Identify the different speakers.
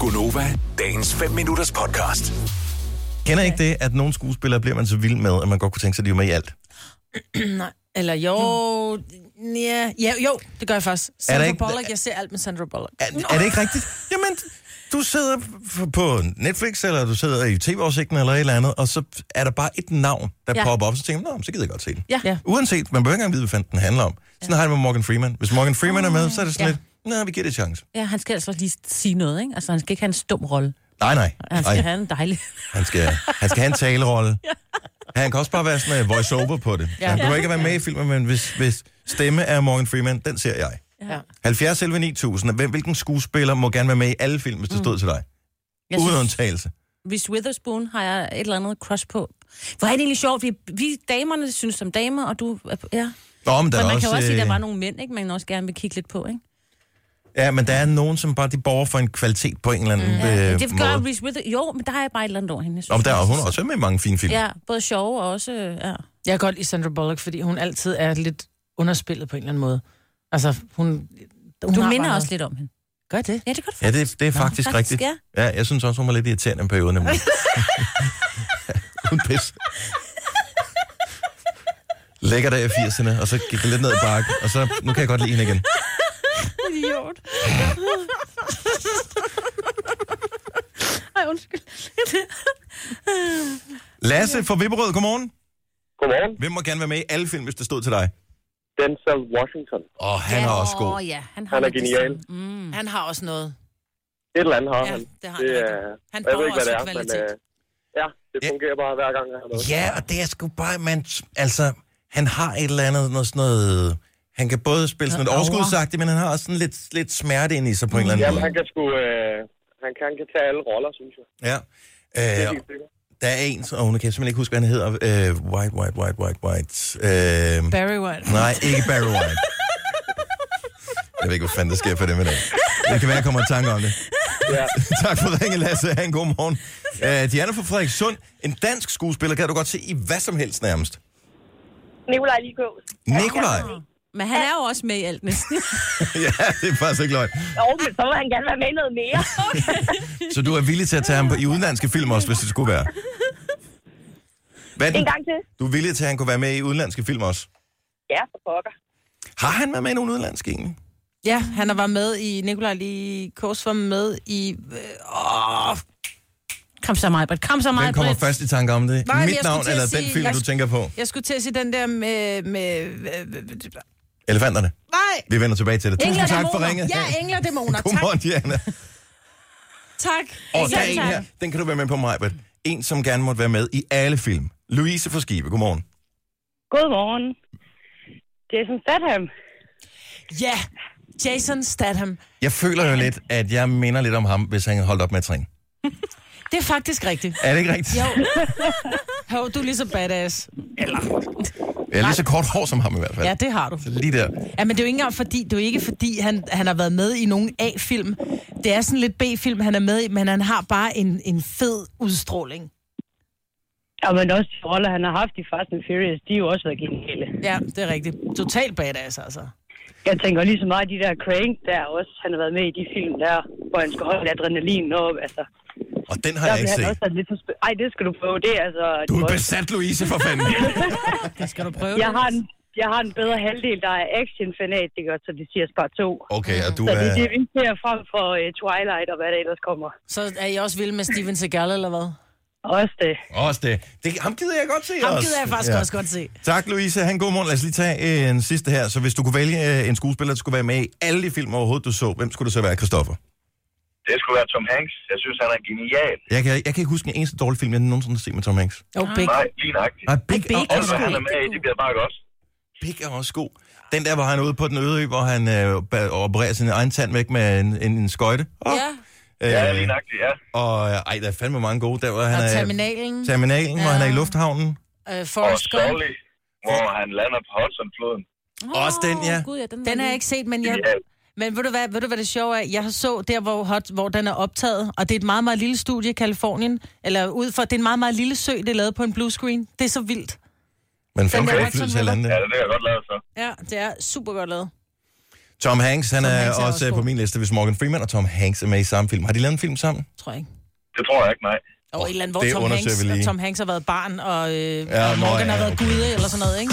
Speaker 1: Gunova, dagens 5 minutters podcast.
Speaker 2: Kender ikke det, at nogle skuespillere bliver man så vild med, at man godt kunne tænke sig, at de var med i alt?
Speaker 3: Nej. Eller jo... Hmm. Ja, ja, jo, det gør jeg faktisk. Sandra
Speaker 2: ikke-
Speaker 3: Bullock, jeg ser alt med Sandra Bullock.
Speaker 2: Er, er det ikke rigtigt? Jamen, du sidder f- på Netflix, eller du sidder i tv-oversigten, eller et eller andet, og så er der bare et navn, der ja.
Speaker 4: Ja.
Speaker 2: popper op, så tænker man, "Nå, men så gider jeg godt se den.
Speaker 4: Ja.
Speaker 3: Ja.
Speaker 2: Uanset, man behøver ikke engang vide, hvad fanden den handler om. Sådan har jeg det med Morgan Freeman. Hvis Morgan Freeman er med, så er det sådan
Speaker 4: Ah, Ja.
Speaker 2: lidt, nej, vi giver det en chance.
Speaker 4: ja, han skal altså lige sige noget, ikke? Altså, han skal ikke have en stum rolle.
Speaker 2: Nej, nej.
Speaker 4: Han skal
Speaker 2: Ej.
Speaker 4: have en dejlig...
Speaker 2: Han skal, han skal have en talerolle. Han kan også bare være sådan en voice-over på det. Så han behøver ikke at være med i filmen, men hvis, hvis stemme er Morgan Freeman, den ser jeg.
Speaker 3: Ja.
Speaker 2: 70 11 9000. Hvem, hvilken skuespiller må gerne være med i alle film, hvis det stod til dig?
Speaker 4: Mm. Jeg
Speaker 2: Uden
Speaker 4: synes,
Speaker 2: undtagelse.
Speaker 4: Reese Witherspoon har jeg et eller andet crush på. Hvor er det egentlig sjovt, fordi vi damerne synes som damer, og du... er- Ja.
Speaker 2: Nå, men der
Speaker 4: Men
Speaker 2: er
Speaker 4: man
Speaker 2: også,
Speaker 4: kan jo også sige, at der
Speaker 2: øh,
Speaker 4: var nogle mænd, ikke? Man også gerne vil kigge lidt på, ikke?
Speaker 2: Ja, men der er nogen, som bare de borger for en kvalitet på en eller anden mm. øh,
Speaker 4: Ja,
Speaker 2: ja,
Speaker 4: det gør Reese Witherspoon. Jo, men der har jeg bare et eller andet over hende. jeg synes,
Speaker 2: Om der er
Speaker 4: hun
Speaker 2: hun er også med i mange fine film. Ja.
Speaker 4: Ja, både sjove og også... øh, Ja.
Speaker 3: Jeg er godt i Sandra Bullock, fordi hun altid er lidt underspillet på en eller anden måde. Altså, hun... hun
Speaker 4: Du
Speaker 3: har
Speaker 4: minder
Speaker 3: bare
Speaker 4: også
Speaker 3: noget.
Speaker 4: lidt om hende.
Speaker 3: Gør det?
Speaker 4: Ja, det er godt
Speaker 2: Ja, det, det er faktisk Nå,
Speaker 4: faktisk,
Speaker 2: rigtigt. Ja. ja, jeg synes også, hun var lidt irriterende en periode, nemlig. hun pis. Lækker der i 80'erne, og så gik det lidt ned ad bakken, og så, nu kan jeg godt lide hende igen.
Speaker 4: Idiot. Ej, undskyld.
Speaker 2: Lasse fra Vipperød, godmorgen.
Speaker 5: Godmorgen.
Speaker 2: Hvem må gerne være med i alle film, hvis det stod til dig?
Speaker 5: Denzel Washington.
Speaker 2: Og han ja, er også god.
Speaker 4: Åh, ja, han, har
Speaker 5: Han er
Speaker 4: lidt det
Speaker 5: genial.
Speaker 4: samme. Mm.
Speaker 3: Han har også noget.
Speaker 5: Et eller andet har
Speaker 3: Ja,
Speaker 5: han.
Speaker 3: det har
Speaker 5: det
Speaker 3: han.
Speaker 5: er,
Speaker 3: Han
Speaker 5: og jeg ved
Speaker 3: borger
Speaker 5: ikke, hvad det
Speaker 3: også
Speaker 5: er, men
Speaker 3: kvalitet.
Speaker 5: øh, ja, det
Speaker 2: Ja.
Speaker 5: fungerer bare hver gang, han er med.
Speaker 2: Ja, og det er sgu bare, man, altså, han har et eller andet, noget sådan noget, han kan både spille sådan et
Speaker 4: Noget aura.
Speaker 2: overskudsagtigt, men han har også sådan lidt, lidt smerte ind i sig på en eller anden
Speaker 5: Jamen,
Speaker 2: måde.
Speaker 5: han kan sgu... Øh, han, kan, han kan tage alle roller, synes jeg.
Speaker 2: Ja.
Speaker 5: Det er
Speaker 2: Øh,
Speaker 5: helt sikkert.
Speaker 2: der er en, og nu kan jeg simpelthen ikke huske, hvad han hedder. Øh, white, white, white, white, white. Øh,
Speaker 3: Barry White.
Speaker 2: nej, ikke Barry White. Jeg ved ikke, hvad fanden der sker for dem i dag. Det kan være, jeg kommer i tanke om det.
Speaker 5: Ja.
Speaker 2: tak for ringen, Lasse. Ha' en god morgen. Øh, Diana fra Frederikssund. En dansk skuespiller kan du godt se i hvad som helst nærmest.
Speaker 6: Nikolaj Ligås.
Speaker 2: Nikolaj.
Speaker 4: Men han er jo også med i alt næsten.
Speaker 2: ja, det er faktisk ikke løgn.
Speaker 6: Jo, men så må han gerne være med i noget mere.
Speaker 2: Så du er villig til at tage ham på, i udenlandske film også, hvis det skulle være? Hvad er den-
Speaker 6: En gang til.
Speaker 2: Du er villig til, at han kunne være med i udenlandske film også?
Speaker 6: Ja, for pokker.
Speaker 2: Har han været med i nogle udenlandske egentlig?
Speaker 3: Ja, han var med i... Nikolaj lige Kors var med i... Øh, åh,
Speaker 4: Kom så, Majbert. Kom så,
Speaker 2: Hvem
Speaker 4: Majbert.
Speaker 2: kommer først i tanke om det?
Speaker 3: Nej, men
Speaker 2: Mit
Speaker 3: jeg skulle
Speaker 2: navn
Speaker 3: til at
Speaker 2: eller
Speaker 3: sige-
Speaker 2: den film,
Speaker 3: jeg
Speaker 2: du
Speaker 3: sk-
Speaker 2: tænker på?
Speaker 3: jeg skulle til at sige den der med... med, øh, med, med
Speaker 2: Elefanterne.
Speaker 3: nej!
Speaker 2: Vi vender tilbage til det. Tusind
Speaker 3: Engler
Speaker 2: tak for
Speaker 3: dæmoner.
Speaker 2: ringet.
Speaker 3: Ja, engler og dæmoner.
Speaker 2: Godmorgen, Diana.
Speaker 3: Tak.
Speaker 2: Og der er
Speaker 3: tak.
Speaker 2: en her, den kan du være med på mig, en, som gerne måtte være med i alle film. Louise fra Skive, godmorgen.
Speaker 6: Godmorgen. Jason Statham.
Speaker 3: Ja, Jason Statham.
Speaker 2: Jeg føler jo lidt, at jeg minder lidt om ham, hvis han holdt op med at træne.
Speaker 3: Det er faktisk rigtigt.
Speaker 2: Er det ikke rigtigt? Jo.
Speaker 3: Hov, du er lige så badass.
Speaker 2: Jeg er lige så kort hår som ham i hvert fald.
Speaker 3: Ja, det har du.
Speaker 2: Lige der.
Speaker 3: Ja, men det er jo ikke engang fordi, det er jo ikke fordi han, han har været med i nogen A-film. Det er sådan lidt B-film, han er med i, men han har bare en, en fed udstråling.
Speaker 6: Ja, men også de roller, han har haft i Fast and Furious, de har jo også været geniale.
Speaker 3: Ja, det er rigtigt. Total badass, altså.
Speaker 6: Jeg tænker lige så meget de der Crank der også, han har været med i de film der, hvor han skal holde adrenalin op, altså.
Speaker 2: Og den har
Speaker 6: Der
Speaker 2: jeg
Speaker 6: blev
Speaker 2: ikke
Speaker 6: han
Speaker 2: set.
Speaker 6: også sådan lidt for sp- Ej, det skal du prøve, det er altså...
Speaker 2: Du er
Speaker 6: det er
Speaker 2: besat, Louise, for fanden.
Speaker 3: Det skal du prøve.
Speaker 6: også- Jeg har en jeg har en bedre halvdel, der er action-fanatiker, så det siger bare to.
Speaker 2: Okay, og du
Speaker 6: Så det er
Speaker 2: er...
Speaker 6: det, vi ser frem for uh, Twilight og hvad der ellers kommer.
Speaker 3: Så er I også vilde med Steven Seagal, eller hvad?
Speaker 6: Også det.
Speaker 2: Også det. det. Ham gider jeg godt se
Speaker 3: Ham
Speaker 2: også.
Speaker 3: gider jeg faktisk også godt se.
Speaker 2: Tak, Louise. Han god morgen. Lad os lige tage øh, en sidste her. Så hvis du kunne vælge øh, en skuespiller, der skulle være med i alle de film overhovedet, du så, hvem skulle det så være, Christoffer?
Speaker 7: Det skulle være Tom Hanks. Jeg synes, han er genial.
Speaker 2: Jeg kan, jeg kan ikke huske en eneste dårlig film, jeg nogensinde har set med Tom Hanks.
Speaker 3: Oh, big.
Speaker 7: Nej, lige nøjagtigt.
Speaker 2: Nej, Big,
Speaker 3: Big
Speaker 2: er
Speaker 3: er
Speaker 7: Og
Speaker 2: også
Speaker 7: hvad
Speaker 3: god.
Speaker 7: han
Speaker 2: god.
Speaker 7: er med i, det bliver bare godt.
Speaker 2: Big er også god. Den der, hvor han er ude på den øde ø, hvor han øh, ba- opererer sin egen tand væk med en, en, en skøjte. Oh,
Speaker 4: Ja.
Speaker 7: Ja,
Speaker 2: øh,
Speaker 7: lige nøjagtigt, ja.
Speaker 2: og øh, ej, der er fandme mange gode. Der, hvor han
Speaker 3: Og
Speaker 2: er
Speaker 3: Terminalen,
Speaker 2: terminalen, ja. hvor han er i
Speaker 3: Ja.
Speaker 2: lufthavnen.
Speaker 3: øh,
Speaker 7: Og
Speaker 3: Forrest Gump.
Speaker 7: Sully, hvor han lander på Hudsonfloden.
Speaker 2: Også den, ja.
Speaker 4: Gud, ja den, var
Speaker 3: Den har
Speaker 4: lige-
Speaker 3: jeg ikke set, men jeg...
Speaker 7: Ja,
Speaker 3: Men ved du hvad, ved du hvad det sjove er? Jeg så der, hvor, hot, hvor den er optaget, og det er et meget, meget lille studie i Kalifornien, eller ud for, det er en meget, meget lille sø, det er lavet på en blue screen. Det er så vildt.
Speaker 2: Men fandme
Speaker 3: der
Speaker 2: kan
Speaker 3: Hudson
Speaker 2: flytte til
Speaker 3: River.
Speaker 2: landet.
Speaker 7: ja det er jeg godt lavet for.
Speaker 3: Ja, det er super godt lavet.
Speaker 2: Tom Hanks, han Tom
Speaker 3: Tom
Speaker 2: er,
Speaker 3: Hanks
Speaker 2: også,
Speaker 3: er
Speaker 2: også
Speaker 3: også
Speaker 2: på
Speaker 3: god.
Speaker 2: min liste, hvis Morgan Freeman og Tom Hanks er med i samme film. Har de lavet en film sammen?
Speaker 3: tror jeg ikke.
Speaker 7: Det tror jeg ikke, nej.
Speaker 3: Og et eller andet,
Speaker 2: det
Speaker 3: hvor Tom
Speaker 2: undersøger
Speaker 3: Hanks,
Speaker 2: vi lige.
Speaker 3: og Tom Hanks har været barn, og, øh,
Speaker 2: Ja,
Speaker 3: ja, og
Speaker 2: nå,
Speaker 3: Morgan
Speaker 2: ja,
Speaker 3: har været
Speaker 2: okay.
Speaker 3: gude eller sådan noget, ikke?